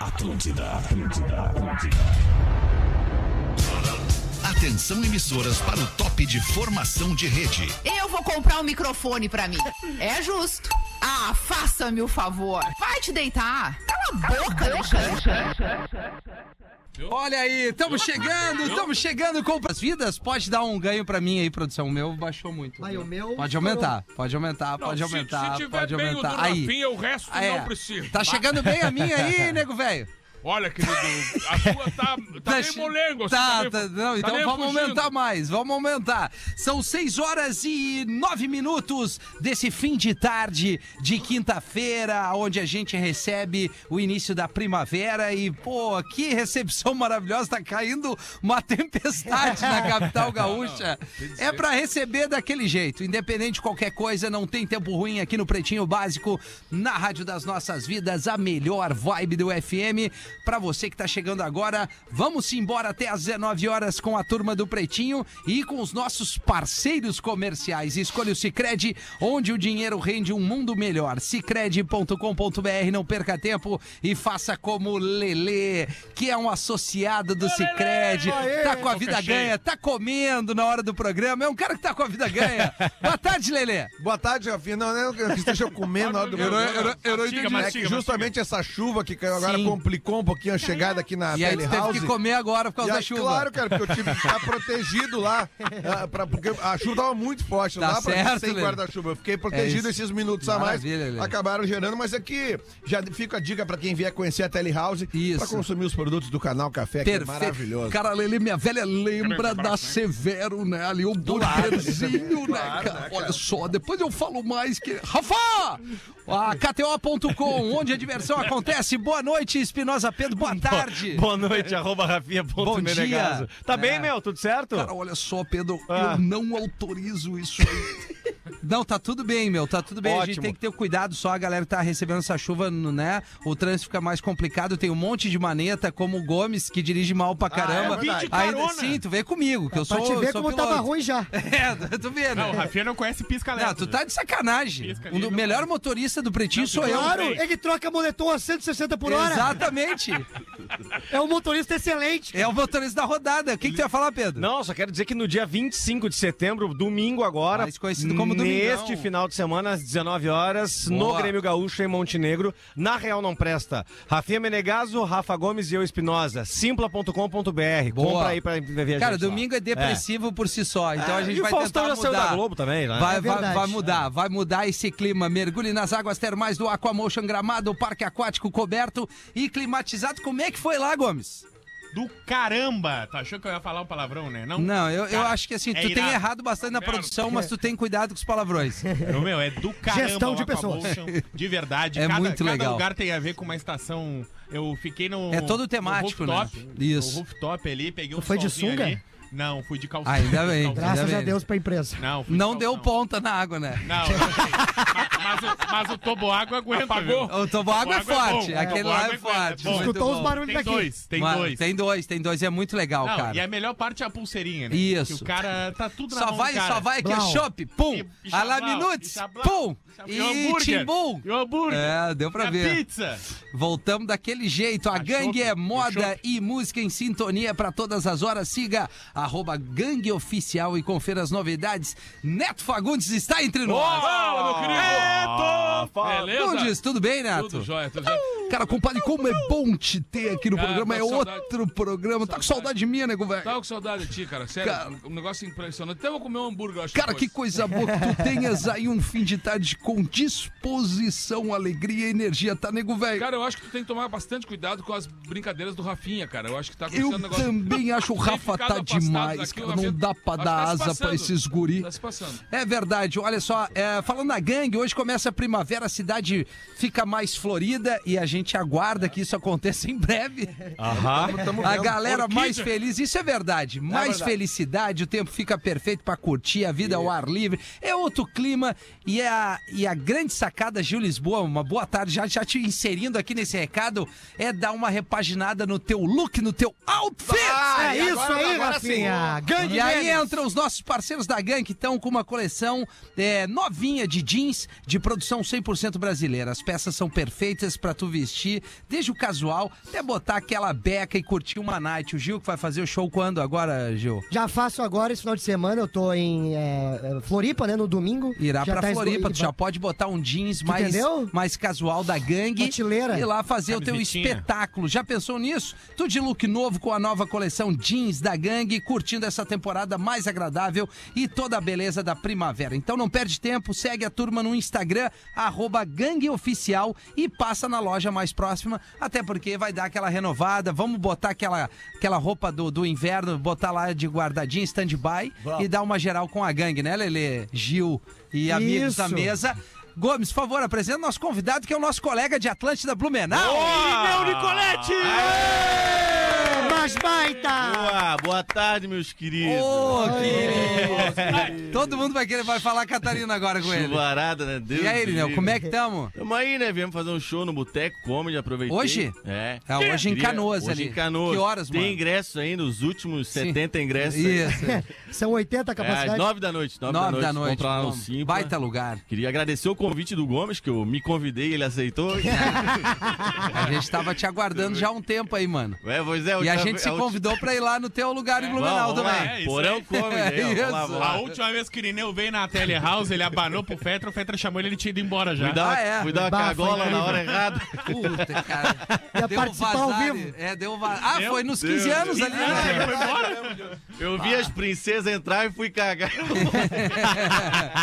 Atlântida, Atlântida, Atlântida. Atenção emissoras para o top de formação de rede. Eu vou comprar um microfone pra mim. É justo. Ah, faça-me o favor. Vai te deitar. Cala a boca, Alexandre. Olha aí, estamos chegando, estamos chegando com as vidas. Pode dar um ganho pra mim aí, produção. O meu baixou muito. Vai, o meu Pode aumentar, pode aumentar, pode Não, se- aumentar, Se, tiver pode bem aumentar. o do aí. Rafinha, o resto Ah, é. não precisa. Tá chegando bem a minha aí, nego velho. Olha, querido, a sua tá, tá Tá meio che- molengo. Tá, você tá, meio- não, então meio vamos fugindo. aumentar mais, vamos aumentar. São 6 horas e 9 minutos desse fim de tarde de quinta-feira, onde a gente recebe o início da primavera e, pô, que recepção maravilhosa, tá caindo uma tempestade na capital gaúcha. É pra receber daquele jeito, independente de qualquer coisa, não tem tempo ruim aqui no Pretinho Básico, na Rádio das Nossas Vidas, a melhor vibe do FM. Pra você que tá chegando agora, vamos embora até às 19 horas com a turma do Pretinho e com os nossos parceiros comerciais. Escolha o Cicred, onde o dinheiro rende um mundo melhor. Cicred.com.br, não perca tempo e faça como o Lelê, que é um associado do Cicred, tá com a vida ganha, tá comendo na hora do programa, é um cara que tá com a vida ganha. Boa tarde, Lelê. Boa tarde, Rafinha. Não, não é que esteja comendo na hora do Eu não- eu não- eu não Mastiga, entendi. É mastiga, que justamente essa chuva que caiu agora Sim. complicou um pouquinho a chegada aqui na E aí Tele tu teve House. que comer agora por E causa aí, da chuva. Claro, cara, porque eu tive que ficar protegido lá. ah, pra- porque a chuva tava muito forte, Tá não dá pra certo, mim sem Lelê. guarda-chuva. Eu fiquei protegido É isso. esses minutos a mais. Maravilha, Lelê. Acabaram gerando, mas aqui já fica a dica pra quem vier conhecer a Tele House Isso. pra consumir os produtos do canal Café, que é Perfeito. maravilhoso. Cara, Lelê, minha velha lembra Grande abraço, da né? Severo, né? Ali o burgerzinho, né, cara? Olha só, depois eu falo mais que. Rafa! A KTO.com, onde a diversão acontece. Boa noite, Espinosa Pedro. Boa tarde. Boa noite, arroba Rafinha. Bom Bom dia. dia. Tá É. bem, meu? Tudo certo? Cara, olha só, Pedro, Ah. eu não autorizo isso aí. Não, tá tudo bem, meu, tá tudo bem. A gente Ótimo. tem que ter cuidado só, a galera que tá recebendo essa chuva, no- né? O trânsito fica mais complicado, tem um monte de maneta, como o Gomes, que dirige mal pra caramba. vim de Ainda carona. sim, tu vem comigo, que eu sou Pra te ver sou como piloto. tava ruim já. É, tu vê, né? Não, o Rafinha não conhece pisca Não, tu tá de sacanagem. Pisca O livre, melhor motorista do Pretinho sou eu. Claro, sei. ele troca moletom a 160 por hora. Exatamente. É um motorista excelente. É o motorista da rodada. O que, que tu ia falar, Pedro? Não, só quero dizer que no dia 25 de setembro, domingo agora, Mais conhecido como neste domingão. final de semana, às 19 horas, Boa. no Grêmio Gaúcho, em Montenegro, na Real Não Presta. Rafinha Menegaso, Rafa Gomes e eu Espinosa. Simpla.com.br. Boa. Compra aí pra ver a Cara, gente lá. É, domingo é depressivo por si só, então a gente e o vai Faustão tentar já saiu mudar. da Globo também, né? Vai, É vai, verdade. vai mudar, vai mudar esse clima. Mergulhe nas águas termais do Aquamotion Gramado, parque aquático coberto e climatizado. Como é que foi lá, Gomes? Do caramba! Tu achou que eu ia falar um palavrão, né? Não. Não, eu, eu Cara, acho que assim, é tu tem irado. errado bastante na Zero. produção, mas tu tem cuidado com os palavrões. Meu, meu, é do caramba. Gestão de o Aquamotion, De verdade. É cada, muito cada legal. lugar tem a ver com uma estação. Eu fiquei no. É todo temático, no rooftop, né? Isso. No rooftop ali, peguei um foi de solzinho sunga? ali. Não, fui de calcinha. Ainda fui de bem. calcinha. Graças Ainda a bem. Deus pra imprensa. Não, fui de Não deu calção. ponta na água, né? Não, eu sei. mas, mas o, mas o tobo água aguenta. Apagou. O toboágua é forte, bom. aquele Tobo lá água é forte. bom. então, Muito Escutou bom. os barulhos Tem daqui. dois, tem Mas- dois. Tem dois, tem dois, é muito legal, Não, cara. e a melhor parte é a pulseirinha, né? Isso. Que o cara tá tudo na Só mão vai, do cara. só vai aqui, Blau. chopp, pum, E- e a lá chablau, minutes, e chablau, pum, chablau. E o e hambúrguer. timbum. E o hambúrguer. É, deu pra E a ver. pizza. Voltamos daquele jeito. A Ah, gangue chope, é moda chope. e música em sintonia para todas as horas. Siga arroba gangue oficial e confira as novidades. Neto Fagundes está entre nós. Fala, meu querido. Beleza? Fagundes, tudo bem, Neto? Tudo jóia, tudo jóia. Cara, compadre, como é bom te ter aqui no Cara, programa. tá É com saudade. outro programa. Tá com saudade minha, nego, velho. Tava com saudade de ti, cara. Sério, Cara. um negócio impressionante. Até vou comer um hambúrguer, eu acho. Cara, que depois. coisa boa que tu tenhas aí um fim de tarde com disposição, alegria e energia, tá, nego, velho? Cara, eu acho que tu tem que tomar bastante cuidado com as brincadeiras do Rafinha, cara. Eu acho que tá Eu acontecendo um negócio... também acho o Tem Rafa ficado tá afastado demais, daqui, cara. o Rafinha- Não dá pra acho dar que tá se asa pra passando. esses guri. Tá se passando. É verdade, olha só, é, falando na gangue, hoje começa a primavera, a cidade fica mais florida e a gente aguarda que isso aconteça em breve. Aham. É A galera Orquídea. mais feliz, isso é verdade. Mais felicidade, o tempo fica perfeito pra curtir a vida ao ar livre. É outro clima e é a, e a grande sacada, Gil Lisboa, uma boa tarde, já, já te inserindo aqui nesse recado, é dar uma repaginada no teu look, no teu outfit. É isso aí, Rafinha. Gangue E aí deles. entram os nossos parceiros da Gank, que estão com uma coleção é, novinha de jeans de produção 100% brasileira. As peças são perfeitas para tu vestir vestir, desde o casual até botar aquela beca e curtir uma night. O Gil que vai fazer o show quando agora, Gil? Já faço agora esse final de semana, eu tô em é, Floripa, né? No domingo. Irá já pra tá esgo- Floripa, tu já pode botar um jeans mais, entendeu? mais casual da gangue Prateleira. e lá fazer o teu Camisetinha. espetáculo. Já pensou nisso? Tu de look novo com a nova coleção jeans da gangue, curtindo essa temporada mais agradável e toda a beleza da primavera. Então não perde tempo, segue a turma no Instagram, arroba gangueoficial e passa na loja mais próxima, até porque vai dar aquela renovada, vamos botar aquela, aquela roupa do, do inverno, botar lá de guardadinho, stand-by e dar uma geral com a gangue, né, Lelê? Gil e amigos da Isso. mesa. Gomes, por favor, apresenta o nosso convidado, que é o nosso colega de Atlântida Blumenau. Meu Nicolete! É, Mas baita! Boa, boa tarde, meus queridos. Ô, querido! Todo mundo vai querer vai falar Catarina agora com ele. Chuvarada, né? Deus E aí, do Lineu, livre. como é que tamo? Tamo aí, né? Viemos fazer um show no Boteco Comedy, aproveitei. Hoje? É. Ah, hoje em Queria- Canoas hoje ali. em Canoas. Que horas, Tem mano? ingressos ainda, os últimos Sim. 70 ingressos. Isso. São É, 80 às capacidades. 9 da noite. 9, Nove da da noite. noite. Comprar um lá no vamos. Simpla. Baita lugar. Queria agradecer o convite do Gomes, que eu me convidei, ele aceitou. A gente tava te aguardando já há um tempo aí, mano. é, pois é, E a última gente vez- se última- convidou pra ir lá no teu lugar em Blumenau Vamos, vamos lá. também. É isso Porão aí. Comedy. É aí, ó. Vamos lá, isso. vamos A lá. última vez que o Irineu veio na Telehouse, ele abanou pro Fetra, o Fetra chamou ele, ele tinha ido embora já. Fui dar, Ah, é. fui dar uma Bah, foi cagola na incrível. hora errada. Puta, cara. Ia Deu participar ao vazar. vivo. É, deu vazar. Ah, foi nos 15 anos ali, Ah, né? ele foi embora? Eu vi as princesas entrar e fui cagar.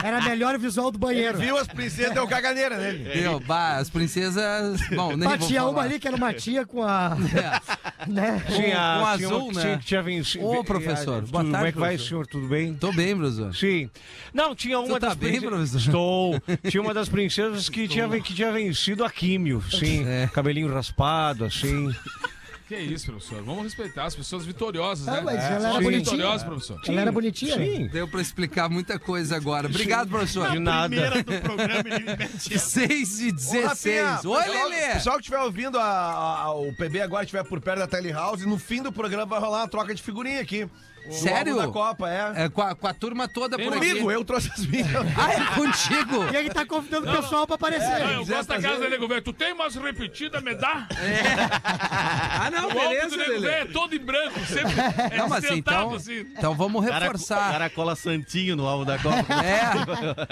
Era melhor o visual do banheiro. Viu as princesas, deu caganeira nele. é. Deu, bah, as princesas. Bom, nem Bah, vou tinha falar. uma ali que era uma tia com a. É. né? Um- um Tinha, tinha azul, uma que né? tinha, que tinha vencido. Ô, professor, Tudo, boa Como tarde, é que vai, professor. senhor? Tudo bem? Tô bem, Bruno. Sim. Não, tinha uma tá das bem, princes- professor? Estou. Tinha uma das princesas que tinha, ven- que tinha vencido a químio, sim. É. Cabelinho raspado, assim. Que isso, professor. Vamos respeitar as pessoas vitoriosas, né? Ah, mas ela São era as bonitinha. vitoriosas, professor. Ela era bonitinha? né? né? Sim. Deu pra explicar muita coisa agora. Obrigado, professor. De nada. do programa, ele mete 6 e Ô, 16. Rafinha, Oi, pessoal- Lelê! Pessoal que estiver ouvindo a- a- o PB agora, estiver por perto da Telehouse, no fim do programa vai rolar uma troca de figurinha aqui. O Sério? álbum Da Copa, é. É, com, a, com a turma toda por aqui. Comigo, eu trouxe as minhas. Ah, é contigo? E ele tá convidando o pessoal pra aparecer. Eu gosto tá da casa do Nego Velho. Tu tem umas repetidas, me dá? Ah, não, O álbum do beleza, Nego Lelê. Velho é todo em branco, sempre é Não, mas assim, então, sentado assim. então vamos Cara, reforçar. cara cola santinho no alvo da Copa. É.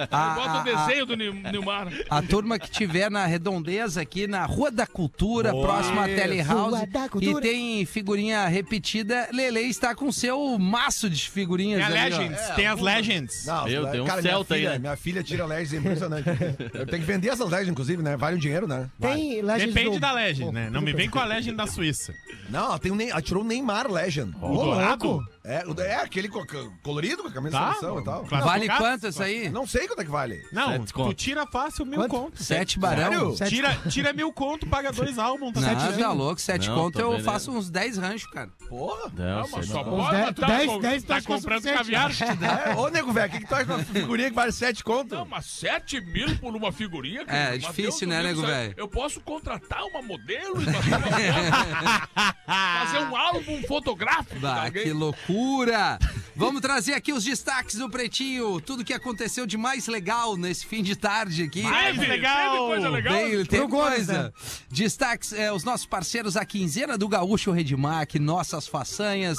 A- Bota o a- a- desenho do Nil- Nilmar. A turma que tiver na Redondeza aqui, na Rua da Cultura, próxima à Telehouse, Rua da e Cultura. tem figurinha repetida, Lele está com seu maço de figurinhas Tem a ali, ó. Legends, É, tem as Legends. Não, Meu, tem um minha Celta aí, filha, né? Minha filha tira LED, é impressionante. Eu tenho que vender essas LEDs, inclusive, né? Vale um dinheiro, né? Tem Legends Depende do- da Legend, né? Não me vem com a Legend da Suíça. Não, ela, tem um, Ney- ela tirou o Neymar Legend. O dourado? É, o- é aquele co- co- colorido com a camisa da Tá? seleção e tal. Vale Classificados? quanto isso aí? Não sei quanto é que vale. Não, Sete conto. tu tira fácil mil Quanto? conto. Sete barão? Sério? Sete- Tira, tira mil conto, paga dois álbuns. Tá Não, certinho. tá louco, sete Não, conto tô eu vendo. faço uns dez ranchos, cara. Porra. Não, Mas sei só não. pode dez- tá, dez- com- dez tá tá comprando suficiente. caviar. É, ô, Nego Velho, o que, que tu acha de uma figurinha que vale 7 conto? Não, mas 7 mil por uma figurinha? cara? Mas difícil, Deus do né, livro, nego sabe? velho? Eu posso contratar uma modelo e fazer, uma foto, fazer um álbum fotográfico. de Bah, alguém. que loucura! Vamos trazer aqui os destaques do Pretinho, tudo que aconteceu de mais legal nesse fim de tarde aqui. Mais Teve- legal. teve coisa legal. Tem, tem Pro Gomes, coisa. né? Destaques, é, os nossos parceiros, a quinzena do Gaúcho Redmac, nossas façanhas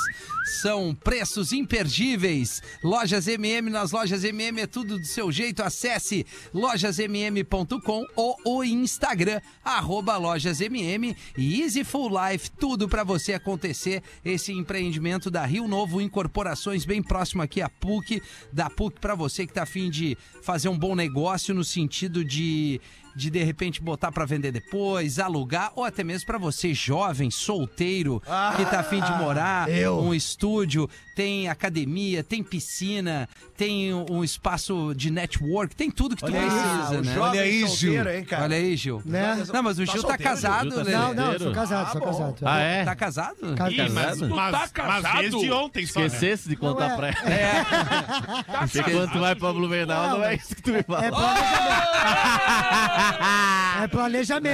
são preços imperdíveis. Lojas MM, nas lojas MM é tudo do seu jeito. Acesse lojasmm.com ou o Instagram, arroba lojasmm e Easy Full Life, tudo pra você acontecer. Esse empreendimento da Rio Novo Incorporações, bem próximo aqui à PUC, da PUC pra você que tá afim de fazer um bom negócio no sentido de de de repente botar pra vender depois, alugar, ou até mesmo pra você jovem, solteiro, que tá afim de Ah, morar, um estúdio, tem academia, tem piscina, tem um um espaço de network, tem tudo que tu precisa, né? Olha aí, Gil. Olha aí, Gil. Né? Não, mas o Tá Gil tá solteiro, casado, Gil, tá Lelê. Não, não, eu Solteiro? sou casado, sou Ah, bom. casado. Ah, é? Tá casado? Casado. Ih, mas Casado? tu Mas- tá mas casado. Mas desde desde ontem só, né? Esquecesse de contar Não é- pra ela. Tá Porque quando tu vai pra Blumenau, não é isso que tu me fala. É planejamento. É Ah,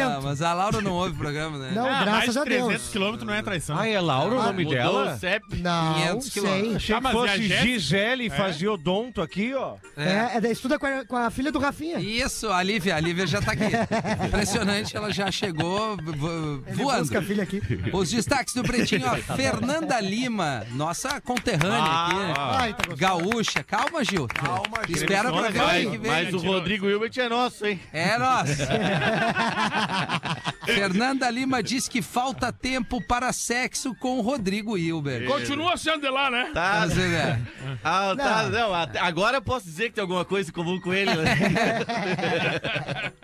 planejamento. mas a Laura não ouve o programa, né? Não, Ah, mais graças de a 300 Deus. quilômetros não é traição. é. Ah, é Laura o nome Mudou dela? o CEP. Não, sei. 500 quilômetros. Achei Ah, que mas e a É. fosse Jéssica? Gisele e fazia odonto aqui, ó. É, é, daí estuda com a, com a filha do Rafinha. É. Isso, a Lívia, a Lívia já tá aqui. Impressionante, ela já chegou vo- Ele voando. busca a filha aqui. Os destaques do Pretinho, a Tá Fernanda Lima, nossa conterrânea aqui. né? Ai, tá gostoso. Gaúcha. Calma, Gil. Calma, Gil. Espera pra ver o Mas, que um, vem. mas o Rodrigo Hilbert é nosso, hein? É nós. Fernanda Lima diz que falta tempo para sexo com o Rodrigo Hilber. Continua sendo de lá, né? Tá, Mas, né, ah, tá, não, até- agora eu posso dizer que tem alguma coisa em comum com ele. né?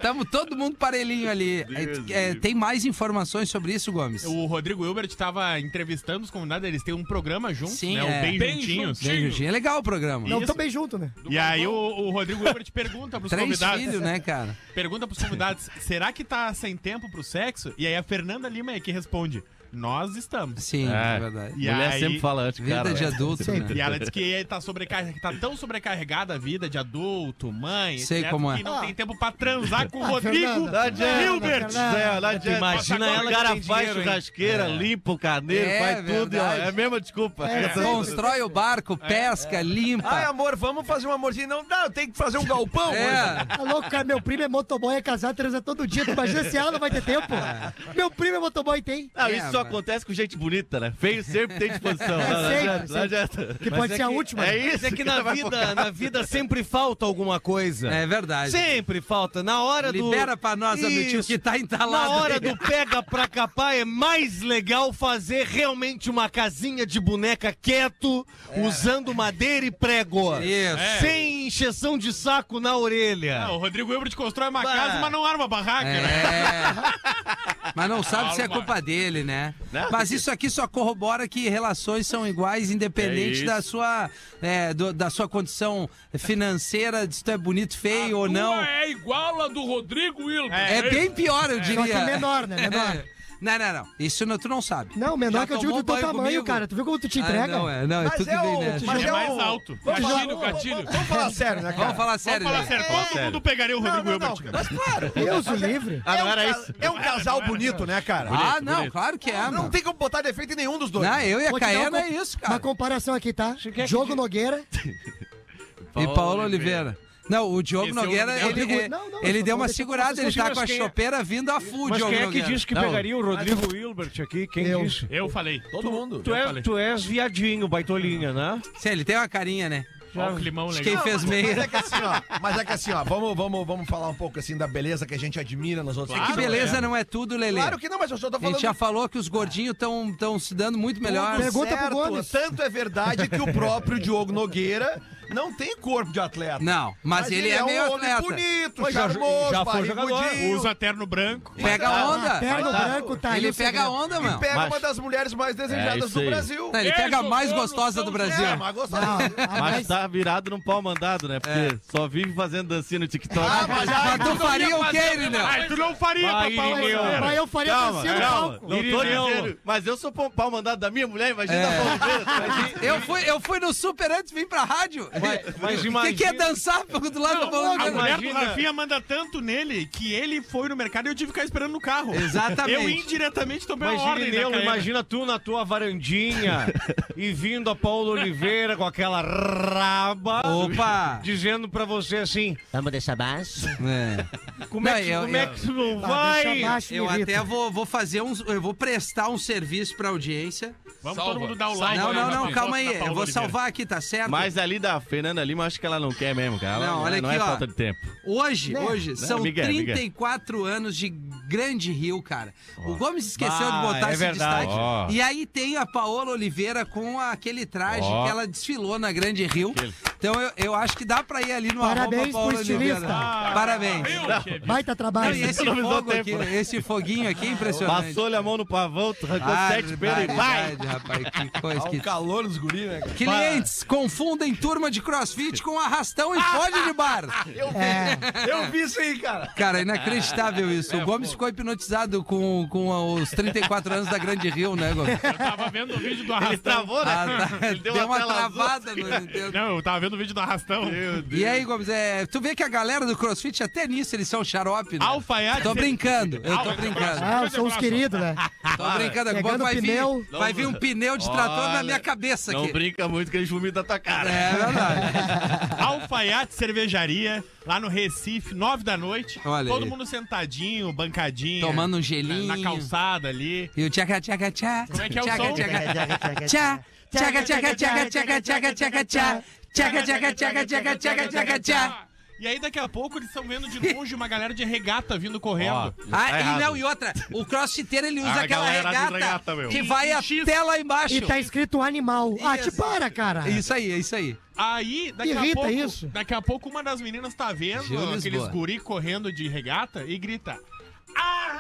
Tamo todo mundo parelhinho ali. É, é, tem mais informações sobre isso, Gomes? O Rodrigo Hilbert estava entrevistando os convidados, eles têm um programa juntos, Sim, né? é. O Bem, Bem Juntinhos. Bem, Jorginho, é legal o programa. Não, Isso. também junto, né? E aí o, o Rodrigo Hilbert pergunta pros Três convidados. filhos, né, cara? Pergunta pros convidados, será que tá sem tempo pro sexo? E aí a Fernanda Lima é que responde, nós estamos. Sim, é, É. verdade. E Mulher aí- sempre fala antes, Vida cara. de adulto, Sempre. E né? ela diz que tá, sobrecarre... que tá tão sobrecarregada a vida de adulto, mãe, Sei como é. que não tem tempo pra transar com o Rodrigo Ah, Tá, Fernanda. Hilbert. Fernanda. É, lá adianta. Imagina Agora ela o cara que tem faz dinheiro, hein? churrasqueira, É. limpa o carneiro, É, faz tudo. e ó, verdade. É a mesma É. Ah, desculpa. É, Essa- sempre. Constrói o barco, pesca, Ai, é limpa. amor, vamos fazer um amorzinho. Não dá, eu tenho que fazer um galpão. hoje. tá. É. Tá louco, cara? Meu primo é motoboy, é casado, transa todo dia. Tu imagina se ela não vai ter tempo? Meu primo é motoboy, tem. Não, É, isso só mas- acontece com gente bonita, né? Feio sempre tem disposição. É Não, não sempre, adianta, não sempre. adianta. Que pode ser a última. É isso É que tá na vida, na vida sempre falta alguma coisa. É verdade. Sempre falta. Na hora do. Libera pra nós, Amitinho, Isso. que tá entalado. Na hora aí. do pega pra capar é mais legal fazer realmente uma casinha de boneca quieto, usando madeira e prego. É. Isso. É. Sem encheção de saco na orelha. Ah, o Rodrigo Hilbert constrói uma Bah. casa, mas não arma barraca, É. né? É. Mas não sabe se é Calma. culpa dele, né? Não, Mas isso aqui só corrobora que relações são iguais, independente É isso. da, sua, é, do- da sua condição financeira, de se tu é bonito, A feio ou tua não. é igual a do Rodrigo Hilbert. É, bem pior, eu diria. Só que é menor, né? Menor. É. Não, não, não. Isso não, tu não sabe. Não, menor Já que eu digo tomou do teu banho tamanho, comigo? cara. Tu viu como tu te Ah, entrega? não, é, não, é tu que vem nessa. mas- É mais alto. Vamos falar- Gatilho, gatilho. Vamos, vamos falar sério, né, cara? Vamos falar tipo, sério. Vamos falar né? sério, todo mundo pegaria o Não, Rodrigo não, não. Hilbert, cara. Mas claro. Deus o livre. Ah, não é um era ca- isso? É um casal bonito, né, cara? Ah, não, claro que é, não, mano. tem como botar defeito em nenhum dos dois. Não, eu e a Vou te dar um uma Caena co- é isso, cara. é Uma comparação aqui, tá? Jogo Nogueira. E Paulo Oliveira. Não, o Diogo Esse é o Nogueira, Miguel ele, Rodrigo. ele- Não, não, ele eu deu vou uma deixar segurada, vocês ele tá discutirem, com a mas quem é- chopeira vindo a full, Mas Diogo quem é que Nogueira. diz que Não. pegaria o Rodrigo Hilbert aqui? Quem Eu. diz? Eu falei. Todo mundo. Tu, é, tu és viadinho, baitolinha, né? Sim, ele tem uma carinha, né? um Olha o climão De legal. quem fez Mas meia. é que assim, ó, mas é que assim, ó, vamos, vamos, vamos falar um pouco assim da beleza que a gente admira nas outras Claro, Que pessoas. beleza não é tudo, Lelê. né? Claro que não, mas eu só tô A gente falando já falou que os gordinhos estão se dando muito melhor. Tudo Pergunta pro Gomes. Tanto é verdade que o próprio Diogo Nogueira não tem corpo de atleta. Não, mas, ele, é, meio um atleta. homem bonito, Mas já- charmoso, já foi barrigudinho. Usa terno branco. Pega Ah, a onda. Terno Vai, tá. branco, tá aí ele o pega a segredo. onda, E mano. pega Mas- uma das mulheres mais É desejadas isso do aí. Brasil. Não, ele pega a mais Jogando gostosa do São assim, Brasil. É, mas gostosa. Ah, Mas tá virado num pau mandado, né? Porque É. só vive fazendo dancinha no TikTok. Ah, mas aí Mas tu faria o quê, Irineu? Ai, tu não faria, Vai, papai. Irineu. Oliveira. Mas eu faria Calma, dancinha no calma. palco. Não tô Irineu. dizendo, mas eu sou pau pau mandado da minha mulher, imagina É. a Paulo Eu fui, eu fui no super antes de vir pra rádio. mas O que, que é imagina- dançar do lado do Paulo A Oliveira? mulher do Imagina. Rafinha manda tanto nele que ele foi no mercado e eu tive que ficar esperando no carro. Exatamente. Eu indiretamente tomei uma Imagina, ordem né, Neu, da Caena. imagina tu na tua varandinha e vindo a Paulo Oliveira com aquela raba Opa! dizendo pra você assim: Vamos deixar baixo? É. como é Não, que, eu- como é eu- que tu não Ah, deixa vai? abaixo, me Eu irrita. até vou, vou fazer uns. Eu vou prestar um serviço pra audiência. Vamos Salva. todo mundo dar o like. não, aí, né? não, Rafinha. não, calma aí. Bota na Eu vou Paola salvar aqui, tá certo? Mas ali da Fernanda Lima, acho que ela não quer mesmo, cara. Ela Não, olha não aqui, é ó. falta de tempo. Hoje, hoje, são Né? Miguel, Miguel. 34 anos de Grande Rio, cara. O Gomes esqueceu de Bah, botar é esse verdade. destaque. Ah, Ó. E aí tem a Paola Oliveira com aquele traje Ó. que ela desfilou na Grande Rio. Então eu, eu acho que dá pra ir ali no Parabéns arroba pro Paola estilista. Oliveira. Ah, Parabéns. Meu, Baita Não, tá trabalho. e esse, é Economizou fogo aqui, tempo, né? esse foguinho aqui é impressionante. Passou-lhe a mão no pavão, tu arrancou sete pelos e vai! um Barbaridade, rapaz, que coisa Olha que o calor nos guri, né, cara? Clientes confundem turma de crossfit com arrastão e Ah! fode de bar. É, Eu vi isso aí, cara. Cara, inacreditável isso. O Gomes ficou hipnotizado com, com os 34 anos da Grande Rio, né, Gomes? eu tava vendo o vídeo Ele do arrastão. travou, né? Ah, tá. Ele deu, uma uma tela azul. travada no Nintendo. Não, eu tava vendo assistindo o vídeo do arrastão. Meu Deus. E aí, Gomes, é, tu vê que a galera do CrossFit, até nisso, eles são xarope, né? Alfaiate. Tô brincando, eu tô Alfaiate. brincando. Ah, são os queridos, né? Tô brincando. Agora Pegando vai vir, pneu. vai vir um pneu de trator na Olha, minha cabeça Não aqui. brinca muito que eles vomitam da tua cara. É verdade. Alfaiate Cervejaria, lá no Recife, nove da noite. Olha Todo aí. mundo sentadinho, bancadinho. Tomando um na, gelinho. na calçada ali. E o tchaca tchaca tchá. Como é que é o tchaca, som? tchaca, tchá. Tchaca tchaca tchaca tchaca tchaca tchaca tchá. Tchaca tchaca tchaca tchaca tchaca tchaca tchá. E aí, daqui a pouco, eles estão vendo de longe uma galera de regata vindo correndo. Ah, e não, e outra, o crossfiteiro ele usa A aquela galera do regata, regata, meu. que vai até lá embaixo. E tá escrito animal. Ah, te para, cara. Isso aí, é isso aí. Aí, daqui a Irrita pouco, isso. daqui a pouco uma das meninas tá vendo Gil Lisboa. aqueles guri correndo de regata e grita: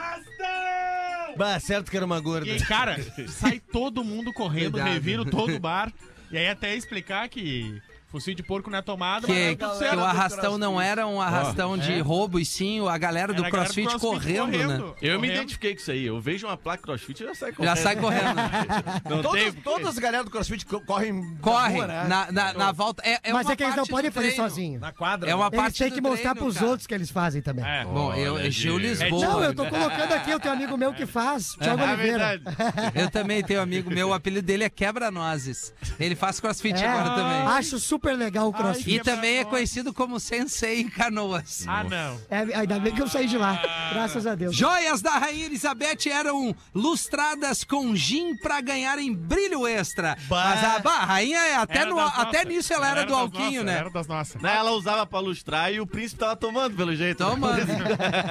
Arrastão! Bah, certo que era uma gorda. E aí, cara, sai todo mundo correndo, Cuidado. reviro todo o bar. E aí até explicar que focinho de porco não é tomada, mas Que, tá tudo que certo. o arrastão não era um arrastão de roubo, e sim a galera do Era a galera crossfit, correndo, né? Eu me correndo. identifiquei com isso aí. Eu vejo uma placa crossfit e já sai correndo. Já sai correndo. né? Não tem Todas, porque- todas as galera do CrossFit co- correm. Corre na rua, né? na, na, na volta. É, é Mas uma é que eles não parte do podem fazer treino. sozinhos. Na quadra. É uma Eles parte têm que do mostrar treino, pros cara. outros que eles fazem também. É. Bom, eu, eu Gil Lisboa. Não, eu tô colocando aqui, eu tenho um amigo meu que faz, Thiago É Oliveira. verdade. Eu também tenho um amigo meu, o apelido dele é Quebra-Nozes. Ele faz crossfit É. agora também. Acho super legal o crossfit. E também é conhecido como Sensei em Canoas. Ah, não. É, ainda bem que eu saí de lá, Ah. graças a Deus. Joias da Rainha Elizabeth eram lustradas com gin pra ganharem brilho extra. Mas a, bah, a rainha, é até, Era no- das até nossas. nisso, ela era, do das nossas, Alquinho, né? Era das nossas. Né, Ela usava pra lustrar e o príncipe tava tomando, pelo jeito. né? Toma.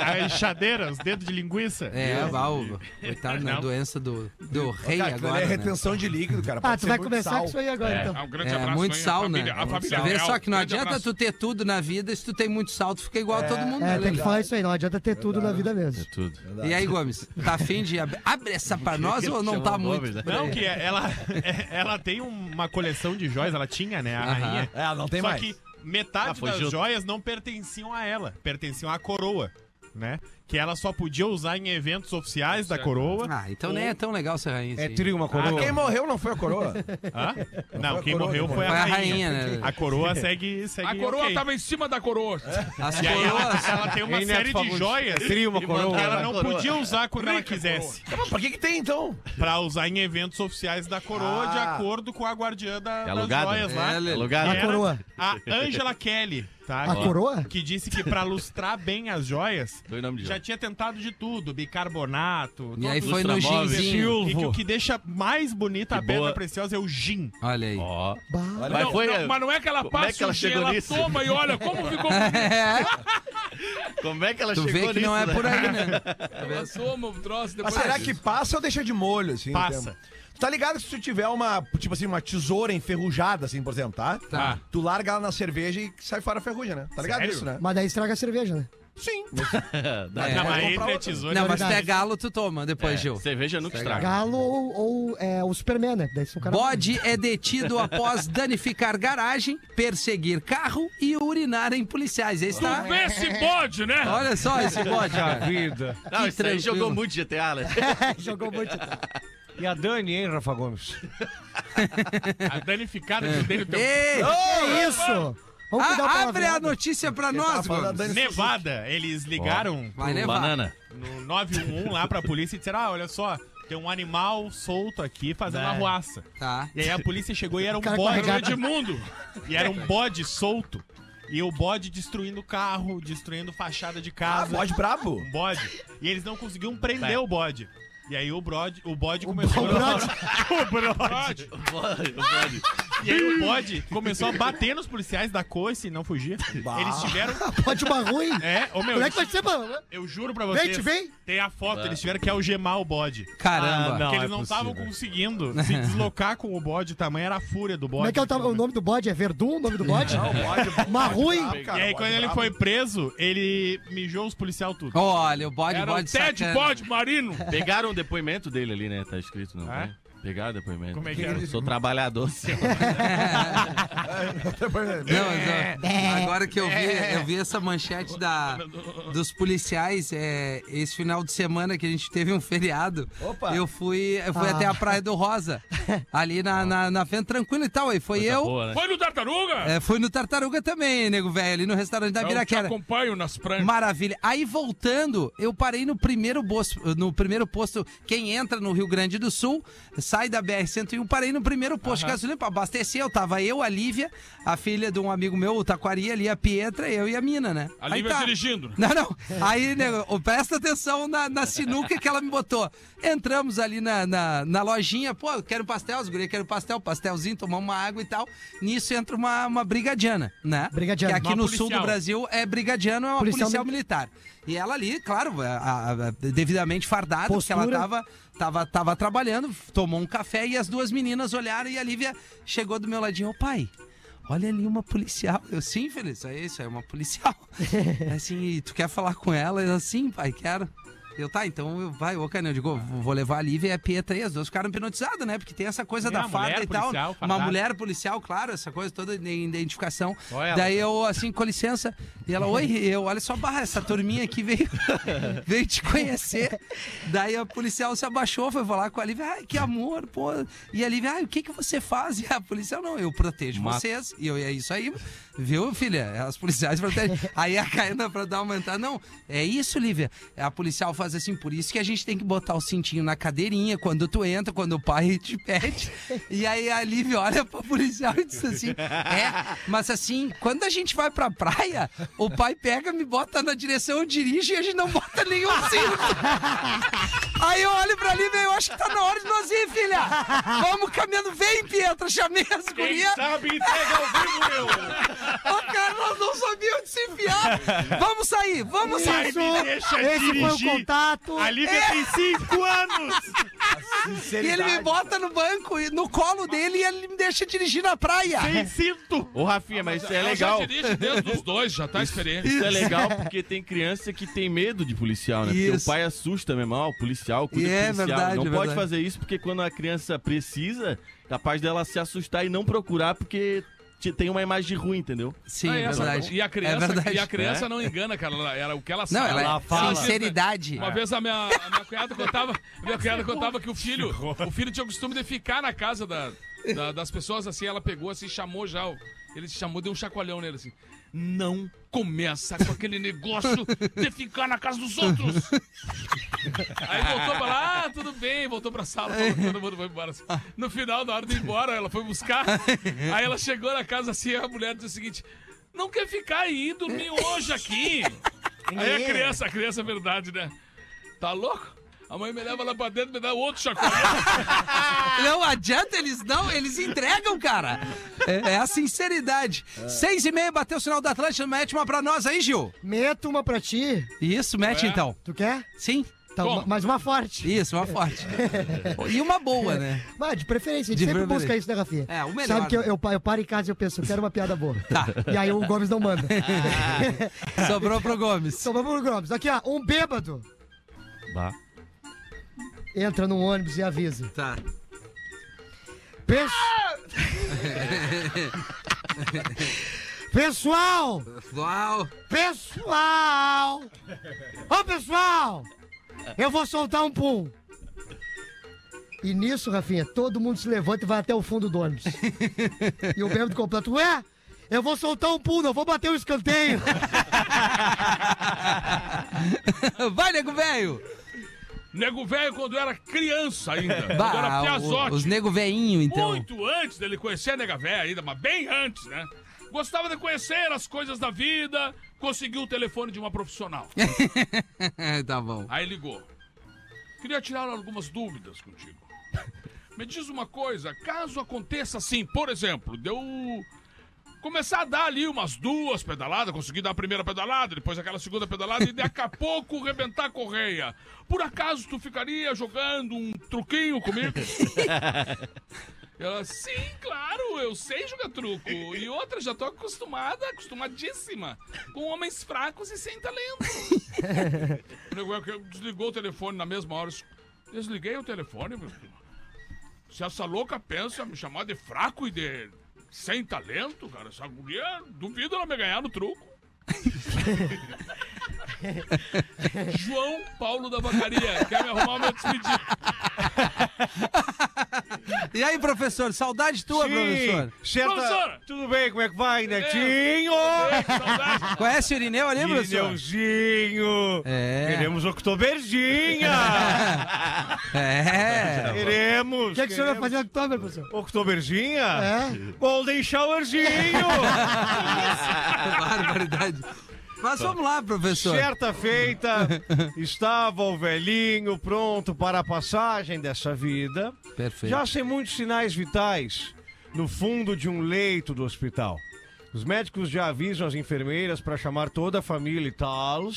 A enxadeira, os dedos de linguiça. É, a válvula. Coitado, na Não. doença do, do rei Cara, aquilo ali agora. é né? retenção de líquido, cara. Ah, Pode tu ser vai muito começar sal. com isso aí agora, então. um grande É, abraço, muito hein, a sal, família, né? A família Vê real, só que não grande adianta abraço. tu ter tudo na vida, se tu tem muito sal, tu fica igual a todo mundo. É, né? tem que falar isso aí, não adianta ter tudo na vida mesmo. Tudo. E aí, Gomes, tá afim de ab- abre essa pra nós ou não tá Chamou o muito? Gomes, né? Não, que ela, é- ela tem uma coleção de joias, ela tinha, né? A rainha. É, não tem Só mais. que metade Ah, foi das junto. joias não pertenciam a ela, pertenciam à coroa, né? Que ela só podia usar em eventos oficiais da coroa. Ah, então nem é tão legal ser rainha. assim. uma Ah, quem morreu não foi a coroa? Tá Hã? Não, foi a quem coroa, morreu não foi Foi É a a rainha. rainha, né? A coroa segue. segue A coroa tá- ok. tava em cima da coroa. As E aí ela, coroas. ela tem uma Ei, Neto série de Fagundes, joias seria uma que coroa. ela não Coroa. podia usar quando ela quisesse. Mas por que, que tem então? Pra usar em eventos oficiais da coroa, de Ah. acordo com a guardiã da, É das alugado? joias lá. É, Lelê. alugado. E A era coroa. A Angela Kelly, tá? A Que- coroa? Que disse que pra lustrar bem as joias, Dois nomes de já joia. tinha tentado de tudo, bicarbonato. E aí todos foi no os tramóveis. ginzinho. E que o que deixa mais bonita Que a pedra boa. preciosa é o gin. Olha aí. Ó. Bah. Mas Não, foi. não, mas não é que ela Como é passa que ela o gin, chegou ela nisso? toma e olha como ficou bonito. É, Como é que ela tu chegou vê que nisso, não é né? por aí, né? Ela toma um o troço, Mas depois... será que passa ou deixa de molho, assim? o Passa. tempo? Tu tá ligado que se tu tiver uma, tipo assim, uma tesoura enferrujada, assim, por exemplo, tá? Tá. Tu larga ela na cerveja e sai fora a ferrugem, né? Tá ligado Sério? isso, né? Mas daí estraga a cerveja, né? Sim. Dá- É. Não, mas Vai comprar entre a outra. tesoura. Não, mas tu é Verdade. galo, tu toma É, depois, Gil. Cerveja nunca estraga. Galo ou, ou, é, o Superman, né? Daí se o cara... Bode é detido após danificar garagem, perseguir carro e urinar em policiais. Esse tá... Tu vê esse bode, né? Olha só esse bode, cara. vida. Não, Que isso aí tranquilo. jogou muito GTA, né? Jogou um muito. E a Dani, hein, Rafa Gomes? A danificada de dele tem Ei! É isso! Vamos cuidar a- da Ah, abre né? a notícia pra nós, mano. Né? Nevada, eles ligaram Vai nevar. Banana. no 911 lá pra polícia e disseram: Ah, olha só, tem um animal solto aqui fazendo arruaça. Tá. E aí a polícia chegou e era um cara bode carregado. Edmundo. E era um bode solto. E o bode destruindo carro, destruindo fachada de Ah, casa. bode brabo. Um bode. E eles não conseguiam prender o bode. E aí o bode, o bode começou Tá. O Brody, o bode. E aí o bode começou a bater nos policiais da coice e não fugir. Eles tiveram. pode uma ruim. É, ô meu, Como é que vai ser, mano? eu juro pra Vem, vocês. te vem. Tem a foto, eles tiveram que algemar o bode. Caramba. Ah, Tá. não. porque eles é não estavam possível. conseguindo se deslocar com o bode, o tamanho era a fúria do bode. Como é que é o, tam- o nome do bode? É Verdun o nome do bode? Não, bode, bode Marrui. brabo, cara, e aí, bode quando ele brabo. foi preso, ele mijou os policial tudo. Olha, o bode, um Era o bode Ted sacana. É. Bode Marino. Pegaram o depoimento dele ali, né? Tá escrito, não Ah? tem? Pegaram o depoimento. Como é que era? Eu sou trabalhador, senhor. Não, mas, ó, agora que eu vi, eu vi essa manchete da, dos policiais, é, esse final de semana que a gente teve um feriado, Opa. eu fui, eu fui Ah. até a Praia do Rosa. Ali na, na, na venda tranquila e tal. Aí foi eu. Foi no Tartaruga? É, fui no Tartaruga também, nego velho, ali no restaurante da Eu te Biraquera. acompanho nas pranchas. Maravilha. Aí voltando, eu parei no primeiro posto, no primeiro posto, quem entra no Rio Grande do Sul, sai da BR 101, parei no primeiro posto de gasolina para abastecer. Eu tava eu, a Lívia, a filha de um amigo meu, o Taquari ali, a Pietra, eu e a mina, né? A Aí Lívia tá. dirigindo. Não, não. Aí, nego, ô, presta atenção na, na sinuca que ela me botou. Entramos ali na, na, na lojinha, pô, eu quero pastel, as gurias quero pastel, pastelzinho, tomamos uma água e tal. Nisso entra uma, uma brigadiana, né? Brigadiana. Que aqui Uma no policial. sul do Brasil é brigadiano, é uma Policial policial, militar. E ela ali, claro, a- a- a- devidamente fardada, porque Postura. ela tava, tava, tava trabalhando, tomou um café e as duas meninas olharam e a Lívia chegou do meu ladinho, ô pai. Olha ali uma policial. Eu, sim, Feliz, é isso, é uma policial. É assim, e tu quer falar com ela? Eu, sim, pai, quero. Eu, tá, então eu, vai, ô Canel, eu digo, "Vou- vou levar a Lívia e a Pietra aí. As duas ficaram hipnotizadas, né? Porque tem essa coisa É, da uma farda mulher e tal. policial, uma fardada. mulher policial, claro, essa coisa toda de identificação. Olha ela. né? Daí eu, assim, com licença. E ela, oi, eu, olha só, barra, essa turminha aqui veio, veio te conhecer. Daí a policial se abaixou, foi falar com a Lívia, ai, que amor, pô. E a Lívia, ai, o que, que você faz? E a policial, não, eu protejo vocês. E eu, é isso aí, viu, filha? As policiais protegem. Aí a Caína, pra dar uma entrada, não, é isso, Lívia. A policial faz assim, por isso que a gente tem que botar o cintinho na cadeirinha quando tu entra, quando o pai te pede. E aí a Lívia olha pra policial e diz assim, é, mas assim, quando a gente vai pra praia, o pai pega, me bota na direção, eu dirijo e a gente não bota nenhum cinto. Aí eu olho pra Lívia e eu acho que tá na hora de nós ir, filha. Vamos caminhando, vem, Pietra, chamei as Quem gurias. sabe entrega ao vivo eu. Ô, cara, nós não sabíamos onde se enfiar. Vamos sair, vamos sair. Sai, me deixa Esse foi o dirigir. contato. A Lívia tem cinco anos. E ele me bota no banco, e- no colo dele e ele me deixa dirigir na praia. Tem cinto. Ô, Rafinha, mas isso é Ela legal. já dirige desde os dois, já tá experiente. Isso é legal porque tem criança que tem medo de policial, né? Porque Isso. o pai assusta mesmo, ó, o policial, cuida E é do policial. verdade, não é pode verdade. fazer isso porque quando a criança precisa, é capaz dela se assustar e não procurar porque te- tem uma imagem ruim, entendeu? Sim, Ah, é, E a criança, É verdade. e a criança não engana, cara. Ela, ela- o que ela Não, sabe. ela, é fala. sinceridade. Uma vez a minha, a minha cunhada contava, a minha cunhada contava que o filho, o filho tinha o costume de ficar na casa da- da- das pessoas assim, ela pegou assim, chamou já, o- ele se chamou, deu um chacoalhão nele assim. Não começa com aquele negócio de ficar na casa dos outros. Aí voltou pra lá, ah, tudo bem, voltou pra sala, falou, todo mundo foi embora. assim. No final, na hora de ir embora, ela foi buscar. Aí ela chegou na casa assim, a mulher disse o seguinte: Não quer ficar aí dormir hoje aqui? Aí a criança, a criança é verdade, né? Tá louco? A mãe me leva lá pra dentro e me dá outro chacoalhão. Não adianta, eles não, eles entregam, cara. É, é a sinceridade. É. Seis e meia, bateu o sinal da Atlântica, mete uma pra nós aí, Gil. Meto uma pra ti. Isso, mete É. então. Tu quer? Sim, Então, Toma. ma- mais uma forte. isso, uma forte. E uma boa, né? Mas de preferência, a gente De sempre preferência. busca isso, né, Rafinha? É, o melhor, Sabe que eu, né? Tá. eu, pa- eu paro em casa e eu penso, eu quero uma piada boa. E aí o Gomes não manda. É. Sobrou pro Gomes. Então vamos pro Gomes. Aqui, ó, um bêbado Bah. entra num ônibus e avisa. Tá. Pes- Ah! Pessoal! Uau. Pessoal! Ô pessoal! Eu vou soltar um pum! E nisso, Rafinha, todo mundo se levanta e vai até o fundo do ônibus. E o bêbado completa, ué, eu vou soltar um pum, não vou bater um escanteio. Vai, nego velho. Nego velho quando era criança ainda. quando era Bah, o- piazote. os nego veinho, então. Muito antes dele conhecer a nega véia ainda, mas bem antes, né? Gostava de conhecer as coisas da vida, conseguiu o telefone de uma profissional. tá bom. Aí ligou. Queria tirar algumas dúvidas contigo. Me diz uma coisa, caso aconteça assim, por exemplo, deu começar a dar ali umas duas pedaladas, consegui dar a primeira pedalada, depois aquela segunda pedalada e daqui a pouco rebentar a correia. Por acaso tu ficaria jogando um truquinho comigo? Ela, sim, claro, eu sei jogar truco. E outra, já tô acostumada, acostumadíssima, com homens fracos e sem talento. O nego é que desligou o telefone na mesma hora. Desliguei o telefone, meu filho. Se essa louca pensa me chamar de fraco e de sem talento, cara, essa guria, duvido ela me ganhar no truco. João Paulo da Vacaria, quer me arrumar o meu despedido. E aí, professor, saudade tua, professor? Certa... Professor! Tudo bem, como é que vai, Netinho? Conhece o Irineu ali, professor? Irineuzinho! É. Queremos Octoberzinha! É. Queremos! O que, é que o senhor vai fazer em outubro, professor? Octoberzinha? É? Golden Showerzinho! Barbaridade. Mas vamos lá, professor. Certa feita, estava o velhinho pronto para a passagem dessa vida, Perfeito. já sem muitos sinais vitais, no fundo de um leito do hospital. Os médicos já avisam as enfermeiras para chamar toda a família e tal.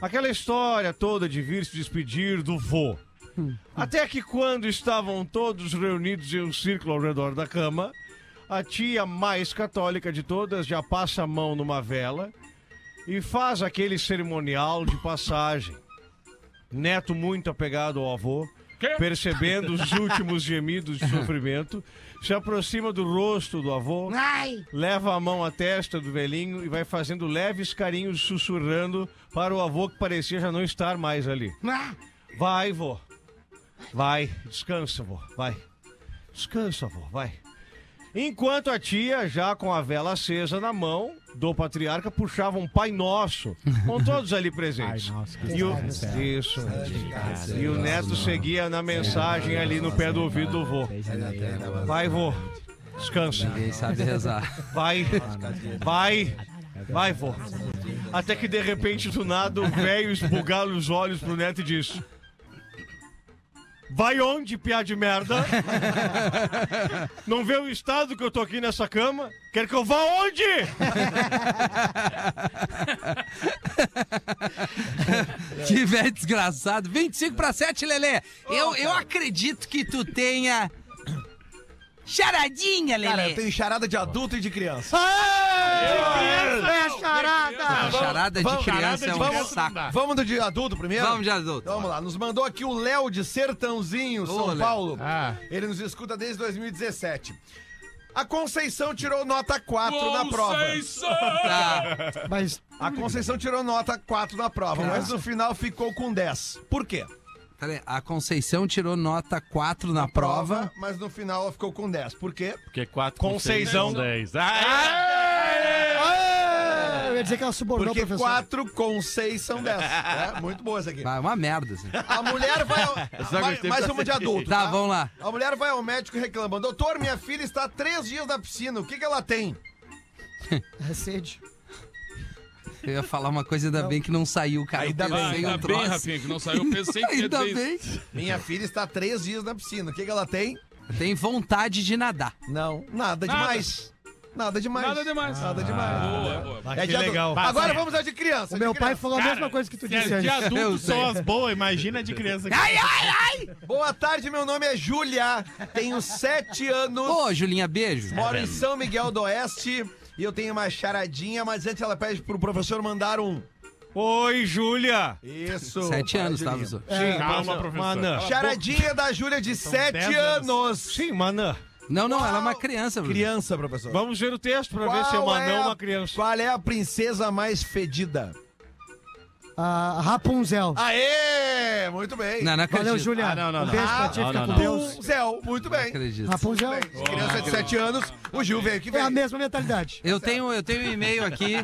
Aquela história toda de vir se despedir do vô. Até que quando estavam todos reunidos em um círculo ao redor da cama, a tia mais católica de todas já passa a mão numa vela e faz aquele cerimonial de passagem. Neto muito apegado ao avô, Quê? percebendo os últimos gemidos de sofrimento, se aproxima do rosto do avô, Ai! leva a mão à testa do velhinho e vai fazendo leves carinhos sussurrando para o avô que parecia já não estar mais ali. Ah, Vai, vô. Vai, descansa, vô. Vai. Descansa, vô, vai. Enquanto a tia, já com a vela acesa na mão do patriarca, puxava um Pai Nosso, com todos ali presentes. e o... Isso. E o neto seguia na mensagem ali no pé do ouvido do vô. Vai, vô. Descansa. Ninguém sabe rezar. Vai, vai, vai, vô. Até que de repente, do nada, o velho esbugalha os olhos pro neto e diz: Vai onde, piá de merda? Não vê o estado que eu tô aqui nessa cama? Quer que eu vá onde? Que velho desgraçado. 25 para 7, Lelê. Eu, eu acredito que tu tenha. Charadinha, Lelê. Cara, eu tenho charada de adulto e de criança. É charada! A charada de criança é um vamos, saco. vamos do de adulto primeiro? Vamos de adulto. Vamos lá, nos mandou aqui o Léo de Sertãozinho, São Léo. Paulo. Ah. Ele nos escuta desde 2017. A Conceição tirou nota 4 na prova. Tá. Mas A Conceição tirou nota 4 na prova, mas no final ficou com 10. Por quê? Peraí, Tá, a Conceição tirou nota 4 na prova. mas no final ela ficou com 10. Por quê? Porque é 4 Com seisão. É, 10. eu ia dizer que ela subornou o Porque professor. 4 com 6 são 10. É, muito boa essa aqui. Vai, uma merda. Assim. A mulher vai. Ao... só vai- gostei mais pra uma de saber. adulto. Tá, vamos lá. A mulher vai ao médico e reclama: Doutor, minha filha está há três dias na piscina. O que, que ela tem? É sede. Eu ia falar uma coisa, ainda bem que não saiu, cara. Ainda eu bem, Ah, pensei ainda um bem, troço. Rafinha, que não saiu. Eu pensei que é Ainda ter bem. Minha filha está há três dias na piscina. O que, que ela tem? Tem vontade de nadar. Não, nada, demais. Nada demais. Nada demais. Ah, Nada demais. Boa, boa. É de que adulto. legal. Agora vamos ao de criança. O de meu pai criança. falou a mesma coisa que tu disse Se é de antes. Eu adulto sei. são as boas, imagina de criança. que- Boa tarde, meu nome é Júlia. Tenho sete anos. Ô, Julinha, beijo. Moro em São Miguel do Oeste. E eu tenho uma charadinha, mas antes ela pede pro professor mandar um. Oi, Júlia. Isso. Sete Vai, anos, tá, Julinha. professor? Calma, professor. Manã. Charadinha da Júlia de sete dez anos. anos. Sim, Manã. Não, não, ela é uma criança, professor. Criança, professor. Vamos ver o texto pra ver se é Qual uma é anã ou a- uma criança. Qual é a princesa mais fedida? Ah, Rapunzel. Aê! Muito bem. Não, não Valeu, acredito. Julia. Ah, não, não, um não. beijo pra ti, Ah, fica não, com não. Deus. Rapunzel, muito bem. Acredito. Rapunzel Bem, Criança de 7 anos, o Gil veio aqui, é a veio. mesma mentalidade. Eu tenho, eu tenho um e-mail aqui.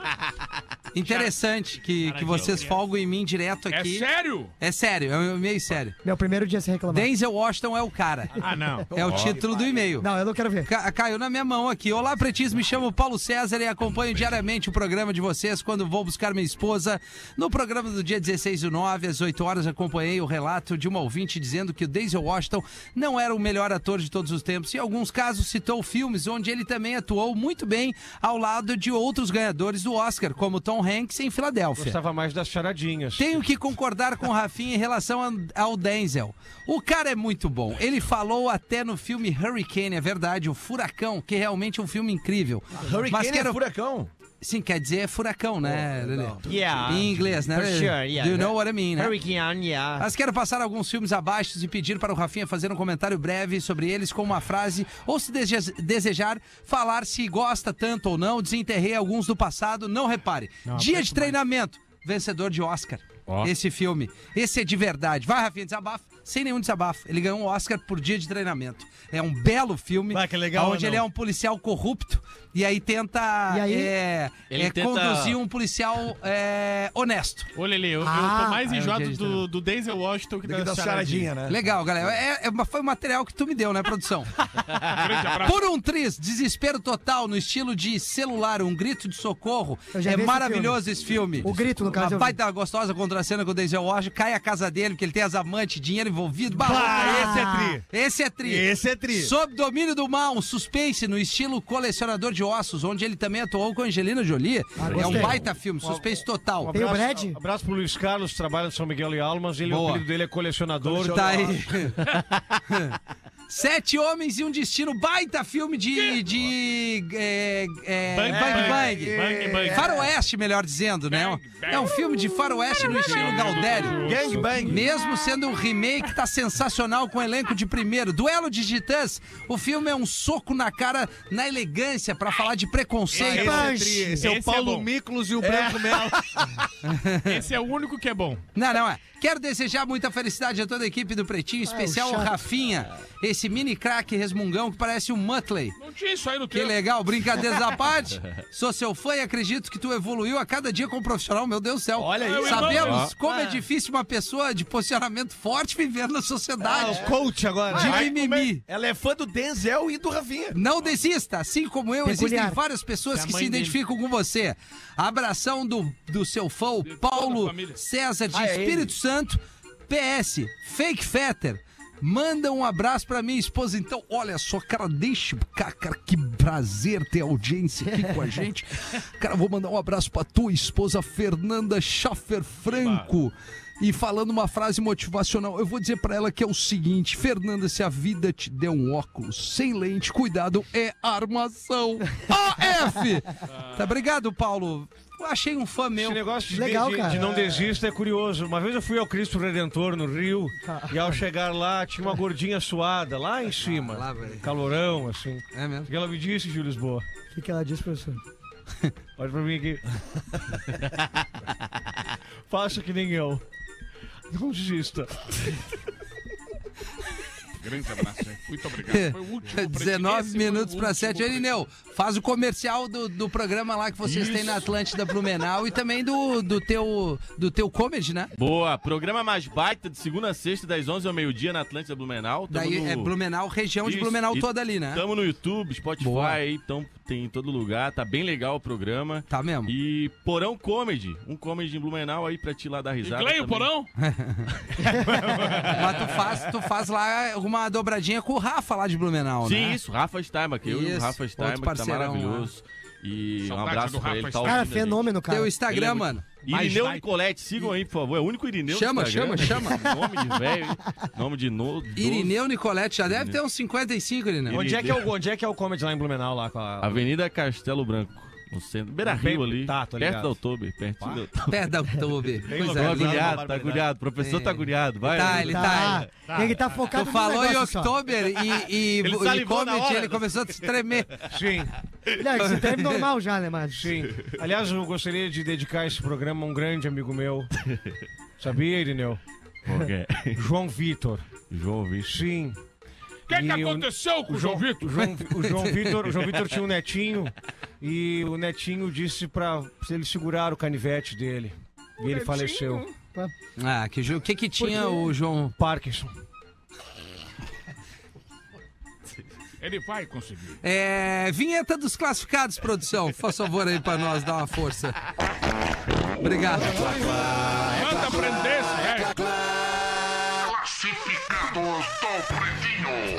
Interessante que, que vocês folgam em mim direto É aqui. sério? É sério, é um e-mail sério. Meu primeiro dia sem reclamar. Denzel Washington é o cara. Ah, não. É o título do e-mail. Não, eu não quero ver. Ca- caiu na minha mão aqui. Olá, pretis, me chamo Paulo César e acompanho diariamente o programa de vocês quando vou buscar minha esposa. No programa do dia 16 do 9, às 8 horas, acompanhei o relato de uma ouvinte dizendo que o Denzel Washington não era o melhor ator de todos os tempos. Em alguns casos, citou filmes onde ele também atuou muito bem ao lado de outros ganhadores do Oscar, como Tom Hanks em Filadélfia. Gostava mais das charadinhas. Tenho que concordar com o Rafinha em relação a- ao Denzel. O cara é muito bom. Ele falou até no filme Hurricane, é verdade, o Furacão, que realmente é um filme incrível. Hurricane Mas quero... é furacão. Sim, quer dizer furacão, né, Lelê? Yeah. Em inglês, né? For Lelê? sure, yeah. Do you know what I mean, né? Hurricane, yeah. Mas quero passar alguns filmes abaixo e pedir para o Rafinha fazer um comentário breve sobre eles com uma frase, ou se dese- desejar, falar se gosta tanto ou não. Desenterrei alguns do passado, não repare. Dia de treinamento, vencedor de Oscar. Esse filme. Esse é de verdade. Vai, Rafinha, desabafa. sem nenhum desabafo. Ele ganhou um Oscar por dia de treinamento. É um belo filme. Ah, que legal, Onde não? ele é um policial corrupto e aí tenta, E aí? é, Ele é, tenta- conduzir um policial é, honesto. Ô, Lele, eu, eu Ah, tô mais é o enjoado dia de do, do Denzel Washington que Tem que da dar tá charadinha, né? Legal, galera. É, é uma- foi o material que tu me deu, né, produção? Por um triz, desespero total no estilo de celular, um grito de socorro. Eu já É vi esse maravilhoso esse filme. O grito, no caso, eu Uma vi. baita gostosa contracena com o Denzel Washington. Cai a casa dele, porque ele tem as amantes, dinheiro envolvido. Bah, esse é tri. Esse é tri. Esse é tri. Sob domínio do mal, um suspense no estilo colecionador de ossos, onde ele também atuou com Angelina Jolie. é um Ah, gostei. baita filme, suspense total. Um Tem o abraço- Brad? Abraço pro Luiz Carlos, trabalha no São Miguel e Almas. Ele, o Boa. apelido dele é colecionador. Tá aí. Sete Homens e um Destino, baita filme de. de é, é, Bang, bang, Bang Bang. bang, bang. Faroeste, melhor dizendo, né? É um filme de faroeste no estilo Galdério. Gangbang. Mesmo sendo um remake, tá sensacional com o elenco de primeiro. Duelo de Titãs, o filme é um soco na cara, na elegância, pra falar de preconceito. Esse é, tri. Esse é o Esse é Paulo bom. Miklos e o Branco Melo. Esse é o único que é bom. Não, não é. Quero desejar muita felicidade a toda a equipe do Pretinho, em especial o ao chato. Rafinha, esse mini craque resmungão que parece um Muttley. Não tinha isso aí no Que teu. legal, brincadeiras à parte. Sou seu fã e acredito que tu evoluiu a cada dia como profissional, meu Deus do céu. Olha aí. Sabemos como é difícil uma pessoa de posicionamento forte viver na Ah, sociedade. Coach agora. De mimimi. Ela é fã do Denzel e do Ravinha. Não desista, assim como eu, existem Peculiar. várias pessoas É a que se mãe dele. identificam com você. Abração do, do seu fã, o toda a Paulo família. César de Ah, é Espírito Santo. PS, Fake Fetter. Manda um abraço pra minha esposa. Então, olha só, cara, deixa. Cara, cara, que prazer ter audiência aqui com a gente. Cara, vou mandar um abraço pra tua esposa, Fernanda Schaffer Franco. E falando uma frase motivacional, eu vou dizer pra ela que é o seguinte: Fernanda, se a vida te der um óculos sem lente, cuidado, é armação. AF! Tá, obrigado, Paulo. Eu achei um fã meu. Esse negócio de, Legal, de- cara. de não desista é curioso. Uma vez eu fui ao Cristo Redentor no Rio Tá. e ao chegar lá tinha uma gordinha suada lá em cima. lá, velho. calorão, assim. É mesmo? O que ela me disse, Júlio Lisboa? O que, que ela disse, professor? Olha pra mim aqui. Faça que nem eu. Não desista. Grande abraço, hein? Muito obrigado. Foi o último. 19 minutos para 7. Erineu, faz o comercial do, do programa lá que vocês têm na Atlântida Blumenau e também do, do, teu, do teu comedy, né? Boa, programa mais baita de segunda a sexta, das 11 ao meio-dia na Atlântida Blumenau. Tamo Daí no... é Blumenau, região de Isso, Blumenau e toda ali, né? Tamo no YouTube, Spotify, Boa. então tem em todo lugar. Tá bem legal o programa. Tá mesmo? E Porão Comedy, um comedy em Blumenau aí pra te lá dar risada. Clay, o também. porão? Mas tu faz, tu faz lá uma dobradinha com o Rafa lá de Blumenau, Sim, né? isso, Rafa Steinbach, que eu e o Isso, Rafa Steinbach, outro parceirão, né? tá maravilhoso. E um Saudade abraço do pra Rafa ele. Tá Steinbach. Cara, ouvindo a gente. fenômeno, cara. Tá. Teu Instagram, Ele é mano. Irineu Nicolete, sigam aí, por favor. É o único Irineu do Chama, Instagram. chama, Nome de velho, hein? nome de novo. Irineu Nicolete, já deve ter uns 55, Irineu. Ele- Onde é, que é o, onde é que é o comedy lá em Blumenau? Lá com a... Avenida Castelo Branco, no centro. Beira Rio ali. Tá, tô ligado. perto da Outubro, perto da Outubro. Pé da October. Coisa Tá localizado, linda. agulhado, tá agulhado. Professor tá agulhado. Vai. Tá, ele tá. ele- Ele tá focado Tu no falou em negócio só. October e, e, Ele e salivou na comedy, hora. ele começou a se tremer. Sim, Não, isso é normal já, né, mano? sim. Aliás, eu gostaria de dedicar esse programa a um grande amigo meu. Sabia, Irineu? Qualquer. João Vitor. João Vitor. Sim. O que, que E o- aconteceu com o João O Vitor? João, o João Vitor, o João Vitor tinha um netinho e o netinho disse pra ele segurar o canivete dele. E ele faleceu. Ah, que jo- o que que tinha o João? Parkinson. Ele vai conseguir. É, vinheta dos classificados, produção. Faz favor aí pra nós, dá uma força. Obrigado. Ah, é Manda prender esse, é.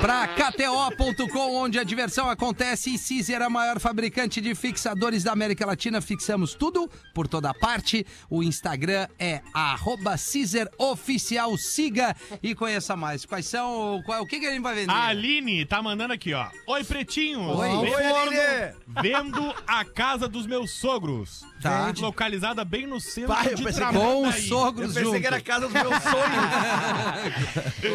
Pra KTO.com, onde a diversão acontece, e Cizer, a maior fabricante de fixadores da América Latina, fixamos tudo por toda parte. O Instagram é arroba Cizer Oficial. Siga e conheça mais. Quais são? Qual, o que, que a gente vai vender? A Aline tá mandando aqui, ó. Oi, pretinhos. Oi. Vendo- Lelê! Vendo a casa dos meus sogros. Tá. Localizada bem no centro Pai, eu de pensei que- Com os Tramandaí. Eu sogros pensei junto. que era a casa dos meus sonhos.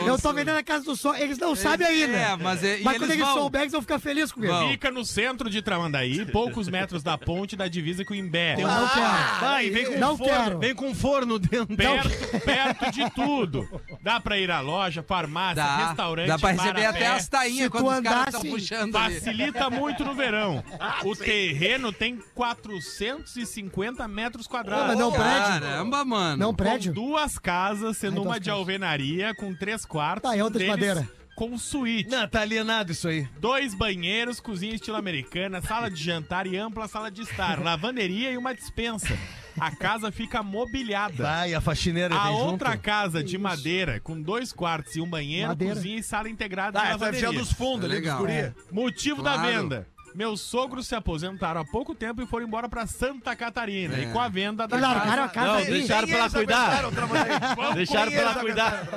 Eu tô vendendo a casa do sol. Eles não sabem ainda. É, mas, é, e né? Mas eles quando eles vão. souberem, eles vão ficar felizes comigo. Vão. Fica no centro de Tramandaí, poucos metros da ponte da divisa com o Imbé. Eu Ah, não Ah, quero. Vai, vem com Não forno, quero. vem com forno dentro. Perto, perto de tudo. Dá pra ir à loja, farmácia, Dá, restaurante, É. dá pra receber bar a até pé. as tainhas Se quando tu os caras estão andasse- puxando ali. Ah, Facilita muito no verão. O terreno tem 450 metros Pô, mas quadrados. não prédio. Caramba, mano. Não, prédio. Duas casas, sendo Ai, duas uma de casas. alvenaria com três quartos. Tá, e outra de um deles madeira. Com suíte. Não, tá alienado isso aí. Dois banheiros, cozinha estilo americana, sala de jantar e ampla sala de estar, lavanderia e uma dispensa. A casa fica mobiliada. Vai, a faxineira A vem outra junto. casa de madeira, com dois quartos e um banheiro, Madeira. cozinha e sala integrada e Tá, vai lavanderia. fechar dos fundos ali, dos Legal. guri. É. Motivo da Claro. venda. Meus sogros se aposentaram há pouco tempo e foram embora pra Santa Catarina. É. E com a venda da E largaram a casa, casa é Não, ali. deixaram pra ela cuidar. Deixaram pra ela Companheiros cuidar.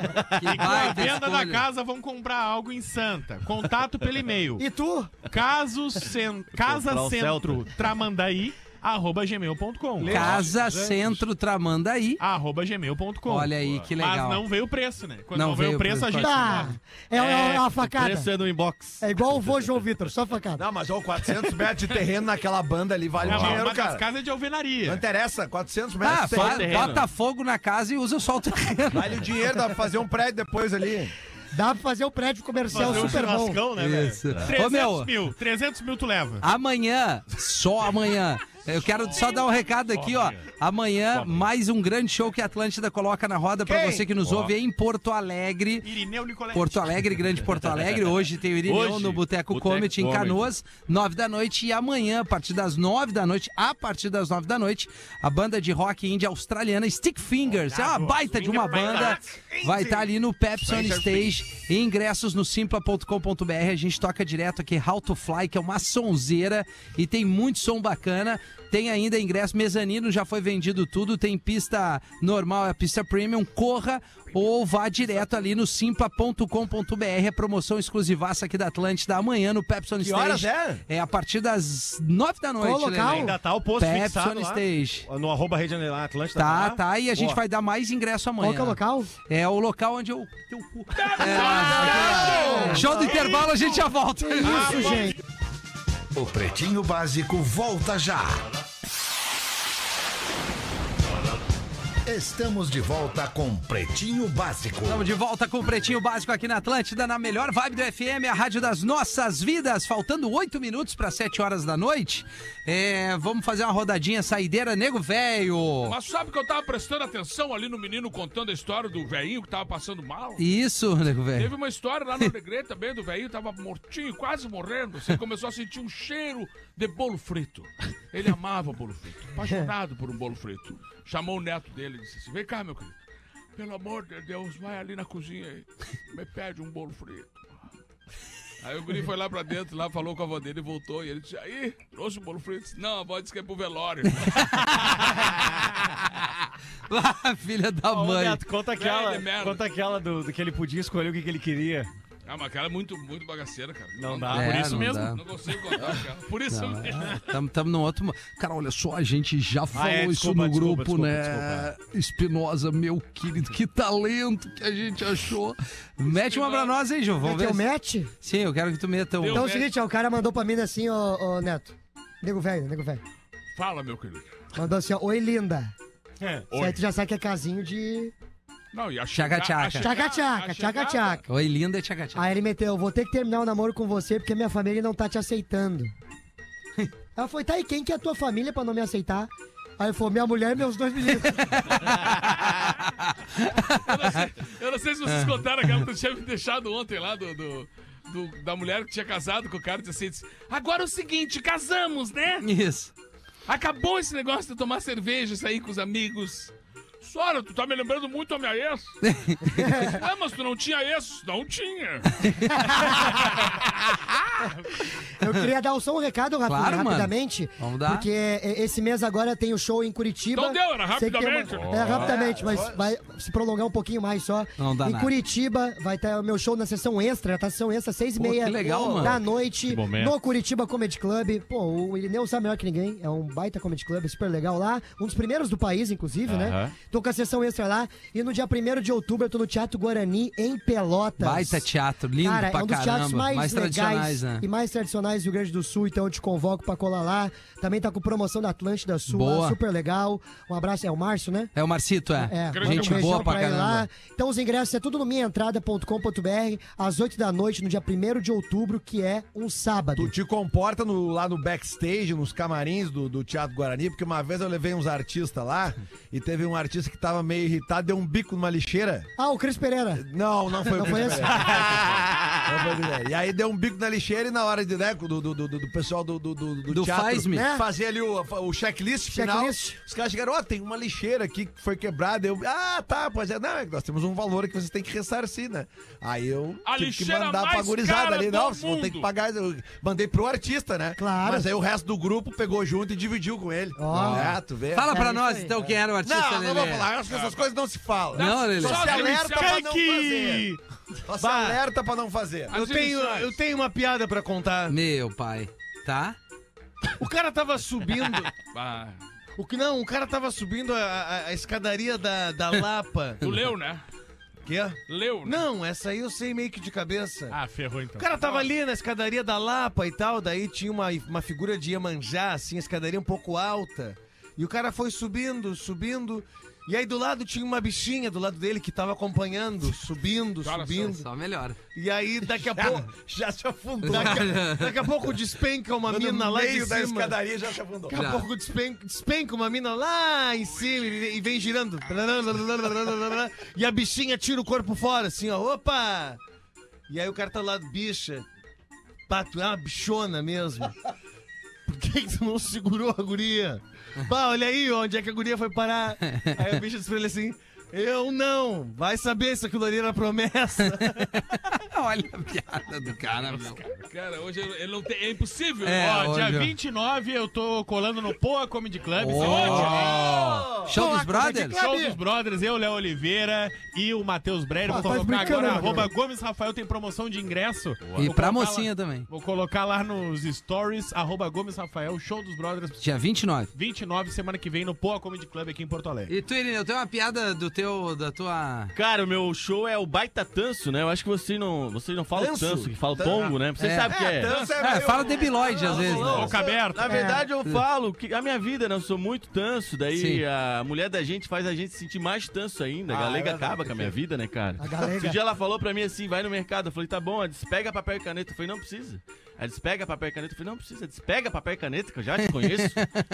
Que com a baita venda da escolha. casa vão comprar algo em Santa. Contato pelo e-mail. E tu? Caso cen... Casa Comprar o Centro Tramandaí, arroba gmail.com. Casa Centro Tramandaí. Arroba gmail.com. Olha aí, que legal. Mas não veio o preço, né? Quando Não não, veio veio o preço, a pro- gente. Tá. É, é uma facada. Preço é no inbox. É igual o vô João Vitor, só facada. Não, mas ó, 400 metros de terreno naquela banda ali vale É, mas dinheiro, uma das cara. casas é de Não alvenaria. interessa, 400 metros Ah, de é terreno. fa- terreno. bota fogo na casa e usa só o terreno. Vale o dinheiro, dá pra fazer um prédio depois ali. Dá pra fazer um prédio comercial Fazer um super bom. churrascão, né, velho? Isso. Ô, 300 meu, mil. 300 mil tu leva. Amanhã, só amanhã. Eu quero só dar um recado aqui, ó. Amanhã, mais um grande show que a Atlântida coloca na roda pra Quem? você que nos ouve em Porto Alegre. Irineu Nicolete. Porto Alegre, Grande Porto Alegre. Hoje tem o Irineu Hoje, no Boteco Boteco Comedy em Comedy. Canoas, nove da noite. E amanhã, a partir das nove da noite, a partir das nove da noite, a banda de rock indie australiana Stick Fingers. É uma baita de uma banda. Vai estar ali no Pepsi on Stage. E ingressos no simpla.com.br. A gente toca direto aqui How to Fly, que é uma sonzeira. E tem muito som bacana. Tem ainda ingresso mezanino, já foi vendido tudo. Tem pista normal, é pista premium. Corra ou vá direto ali no simpla.com.br. É promoção exclusivaça aqui da Atlântida amanhã no Pepsi on Que Stage. horas é? a partir das nove da noite. Qual local? Lelê. Ainda tá o posto Pepsi fixado on lá. Stage. No arroba Rede Atlântica. Tá, lá. tá. E a gente Boa. vai dar mais ingresso amanhã. Qual que é o local? É o local onde eu. Teu cu. É, show do intervalo, a gente já volta. Isso, gente. O Pretinho Básico volta já. Estamos de volta com Pretinho Básico. Estamos de volta com o Pretinho Básico aqui na Atlântida, na melhor vibe do FM, a rádio das nossas vidas. Faltando oito minutos para sete horas da noite. É, vamos fazer uma rodadinha saideira, nego velho. Mas sabe que eu tava prestando atenção ali no menino contando a história do velhinho que tava passando mal? Isso, nego É. velho. Teve uma história lá no Alegrete também do velhinho, tava mortinho, quase morrendo. Você começou a sentir um cheiro de bolo frito. Ele amava bolo frito, apaixonado por um bolo frito. Chamou o neto dele e disse assim: Vem cá, meu querido, pelo amor de Deus, vai ali na cozinha aí, me pede um bolo frito. Aí o guri foi lá pra dentro, lá falou com a avó dele e voltou. E ele disse: Aí, trouxe o bolo frito? Disse, Não, a avó disse que é pro velório. Ah, filha da Ô, mãe. Neto, conta aquela, Velho, merda. conta aquela do, do que ele podia escolher o que, que ele queria. Ah, mas cara é muito, muito bagaceira, cara. Não dá. É, Por isso não mesmo. dá. Não consigo contar, cara. Por isso Não, mesmo. Estamos tamo no outro. mo- Cara, olha só, a gente já falou é, isso desculpa, no desculpa, grupo, desculpa, né? Espinosa, meu querido, que talento que a gente achou. Mete uma pra nós aí, João. Vamos Quer que ver. eu mete? Sim, eu quero que tu meta um. Deu. Então é o mete. seguinte, ó, o cara mandou pra mim assim, ó, ó, Neto. Nego velho, nego velho. Fala, meu querido. Mandou assim, ó, oi linda. Isso aí Oi. tu já sabe que é casinho de Não, e a Tchaca, tchaca. tchaca Ah, tchaca, tchaca tchaca. Oi, linda e tchaca tchaca. Aí ele meteu, vou ter que terminar o namoro com você porque minha família não tá te aceitando. Ela foi, tá, e quem que é a tua família pra não me aceitar? Aí ele falou, minha mulher e meus dois meninos. Eu não, sei, eu não sei se Ah. vocês contaram aquela que tu tinha me deixado ontem lá do. do- do- da mulher que tinha casado com o cara e disse assim: disse, Agora é o seguinte, casamos, né? Isso. Acabou esse negócio de tomar cerveja e sair com os amigos. Sora, tu tá me lembrando muito a minha ex. Ué, mas tu não tinha ex? Não tinha. Eu queria dar só um recado, Rafinha, Claro, mano. rapidamente. Vamos dar. Porque é, esse mês agora tem o show em Curitiba. Então deu, era Sei que tem rapidamente, É, rapidamente, mas vai se prolongar um pouquinho mais só. Não dá em nada. Curitiba vai estar o meu show na sessão extra, tá? Sessão extra, seis e Pô, meia que legal, mano. da noite. momento. No Curitiba Comedy Club. Pô, o Irineu sabe melhor que ninguém. É um baita comedy club, super legal lá. Um dos primeiros do país, inclusive, né? Tô com a sessão extra lá. E no dia 1 de outubro eu tô no Teatro Guarani, em Pelotas. Baita teatro, lindo Cara, pra é um dos teatros caramba. mais, legais tradicionais, né? e mais tradicionais do Rio Grande do Sul, então eu te convoco pra colar lá. Também tá com promoção da Atlântida Sul, Boa. lá, super legal. Um abraço, é o Márcio, né? É o Marcito, é. É, manda Gente um beijão boa pra ele caramba. Então os ingressos é tudo no minhaentrada.com.br, às 8 da noite, no dia 1 de outubro, que é um sábado. Tu te comporta no- lá no backstage, nos camarins do, do Teatro Guarani, porque uma vez eu levei uns artistas lá e teve um artista que tava meio irritado, deu um bico numa lixeira. Ah, o Cris Pereira. Não, não foi o Não Cris foi assim. esse? Pereira. Não foi o Cris. E aí deu um bico na lixeira e na hora de né, do, do, do, do pessoal do, do, do, do Do teatro faz-me. né, fazer ali o, o checklist final. Checklist. Os caras chegaram, ó, tem uma lixeira aqui que foi quebrada. Eu, ah, tá, pois é, não, é que nós temos um valor que vocês têm que ressarcir, né? Aí eu A tive que lixeira mandar pra mais gurizada cara ali. do Não, vocês vão ter mundo. que pagar. Eu mandei pro artista, né? Claro. Mas aí o resto do grupo pegou junto e dividiu com ele. Ó. É, tu vê. Fala pra É nós, isso aí. então, quem era o artista, não, não Lelê. vou falar. Eu acho que essas coisas não se falam. Não, Lelê. Só se alerta pra não fazer. Que... Só se Bah. alerta pra não fazer. Eu tenho, eu tenho uma piada pra contar. Meu pai, tá? O cara tava subindo. Ah, O que não, o cara tava subindo a, a- a escadaria da, da Lapa. tu leu, né? Quê? Leu, né? Não, essa aí eu sei meio que de cabeça. Ah, ferrou então. O cara tava ali na escadaria da Lapa e tal, daí tinha uma, uma figura de Iemanjá, assim, a escadaria um pouco alta. E o cara foi subindo, subindo. E aí do lado tinha uma bichinha do lado dele que tava acompanhando, subindo, Cara, subindo. É Só melhor. E aí daqui a pouco. Já se afundou. Daqui a, daqui a pouco despenca uma No mina lá de meio da cima. escadaria já se afundou. Daqui a Já. um pouco despenca, despenca uma mina lá em cima e e vem girando. E a bichinha tira o corpo fora, assim, ó. Opa! E aí o cara tá lá, bicha. Pá, tu é uma bichona mesmo. Por que, que tu não segurou a guria? Pá, olha aí onde é que a guria foi parar. Aí a bicha disse pra ele assim: Eu não! Vai saber se aquilo ali era promessa. Olha a piada do cara, meu. Cara, hoje ele não tem. É impossível. É, Ó, dia olha. 29 eu tô colando no Poa Comedy Club. esse Show dos brothers? Show dos Brothers, eu, Léo Oliveira e o Matheus Breyer. Ah, Vou faz colocar brincando, agora, né, arroba Matheus? Gomes Rafael tem promoção de ingresso. E Vou pra colocar mocinha lá- também. Vou colocar lá nos stories, arroba Gomes Rafael, show dos Brothers, Dia 29. 29, semana que vem, no Poa Comedy Club aqui em Porto Alegre. E tu, Irineu, tem uma piada do teu, da tua... Cara, o meu show é o Baita Tanso, né? Eu acho que você não, você não fala Tanso? tanso, que fala tongo, né? Você É. sabe o que é. dança É, meio- fala debilóide às vezes. né? Boca aberta. Na verdade, eu falo que a minha vida, né? Eu sou muito tanso, daí Sim. a mulher da gente faz a gente se sentir mais tanso ainda. A Ah, galega é verdade. acaba com a minha vida, né, cara? A galega. Esse dia ela falou pra mim assim, vai no mercado. Eu falei, tá bom, ela disse, pega papel e caneta. Eu falei, não precisa. Ela disse, pega papel e caneta. Eu falei, não precisa. Ela disse, pega papel e caneta, que eu já te conheço.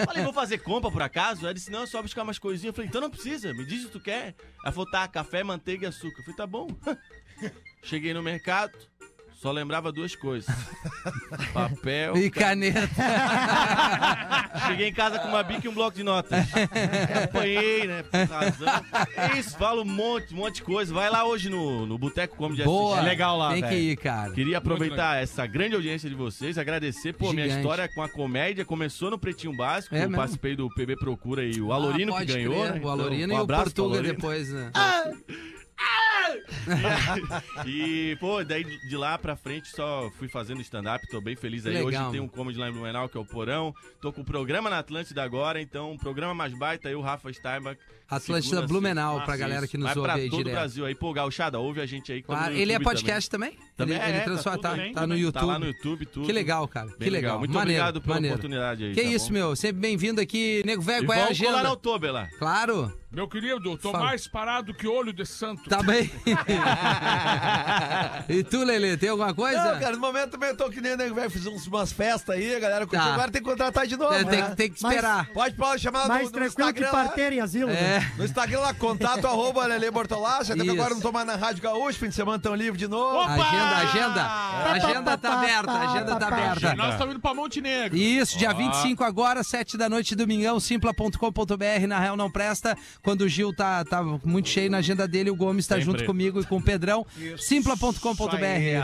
falei, vou fazer compra por acaso? Ela disse, não, é só buscar umas coisinhas. Eu falei, então não precisa, me diz o que tu quer. Ela falou, tá, café, manteiga e açúcar. Eu falei, tá bom. Cheguei no mercado, só lembrava duas coisas. papel, E caneta. Cheguei em casa com uma bica e um bloco de notas. Apanhei, né? Por razão. É isso, falo um monte, um monte de coisa. Vai lá hoje no, no Boteco Comedy Boa. assistir. É legal lá, Tem que velho. ir, cara. Queria aproveitar essa grande audiência de vocês, agradecer. Pô, minha Gigante. história com a comédia começou no Pretinho Básico. É eu mesmo? participei do PB Procura e o Alorino Ah, que pode ganhou. crer, né? O Então, Alorino um e o abraço pro Portuga Alorino. Ah, depois, né? E, pô, daí de lá pra frente só fui fazendo stand-up, tô bem feliz aí. Legal, Hoje mano. tem um comedy lá em Blumenau, que é o Porão. Tô com o programa na Atlântida agora, então um programa mais baita, eu, Rafa Steinbach. Atlântida segunda, Blumenau, sexta, pra isso. galera que nos Vai ouve pra aí todo o direto. Brasil aí. Pô, Gauchada, ouve a gente aí. que tamo Claro, no ele é YouTube podcast também? Também, ele é, ele tá transforma, tudo tá, bem, tá no também. YouTube. Tá lá no YouTube, tudo. Que legal, cara. Bem que legal. Muito maneiro, obrigado pela maneiro. oportunidade aí. Que tá isso, bom? meu. Sempre bem-vindo aqui. Nego E velho, qual é a vamos colar na agenda? outubro lá. Claro. Meu querido, eu tô Fala. mais parado que olho de santo. Tá bem. e tu, Lelê, tem alguma coisa? é. Não, cara, no momento também eu tô que nem o nego velho, fiz uns- umas festas aí, a galera curtiu, Tá. agora tem que contratar de novo. É, tem, né? tem que Mas- esperar. Pode Paulo, chamar no- Mais no, tranquilo que Instagram lá. parterem asilo. né? É. No Instagram lá, contato arroba Lele Bortolassi, até que Isso. agora eu não tô mais na Rádio Gaúcho, fim de semana tão livre de novo. Agenda, agenda. A agenda tá aberta, a agenda tá aberta. Nós estamos indo pra Montenegro. Isso, dia 25 agora, 7 da noite, domingão, simpla.com.br, na real não presta. Quando o Gil tá, tá muito cheio na agenda dele, o Gomes tá junto comigo e com o Pedrão. Simpla.com.br.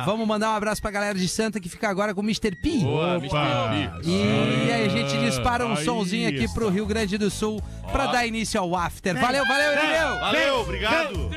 Vamos mandar um abraço pra galera de Santa que fica agora com o Mr. P. É. Boa, Mr. P. E aí a gente dispara um Aí somzinho aqui pro Rio Grande do Sul pra dar início ao after. Valeu, valeu, Irineu! Valeu, obrigado.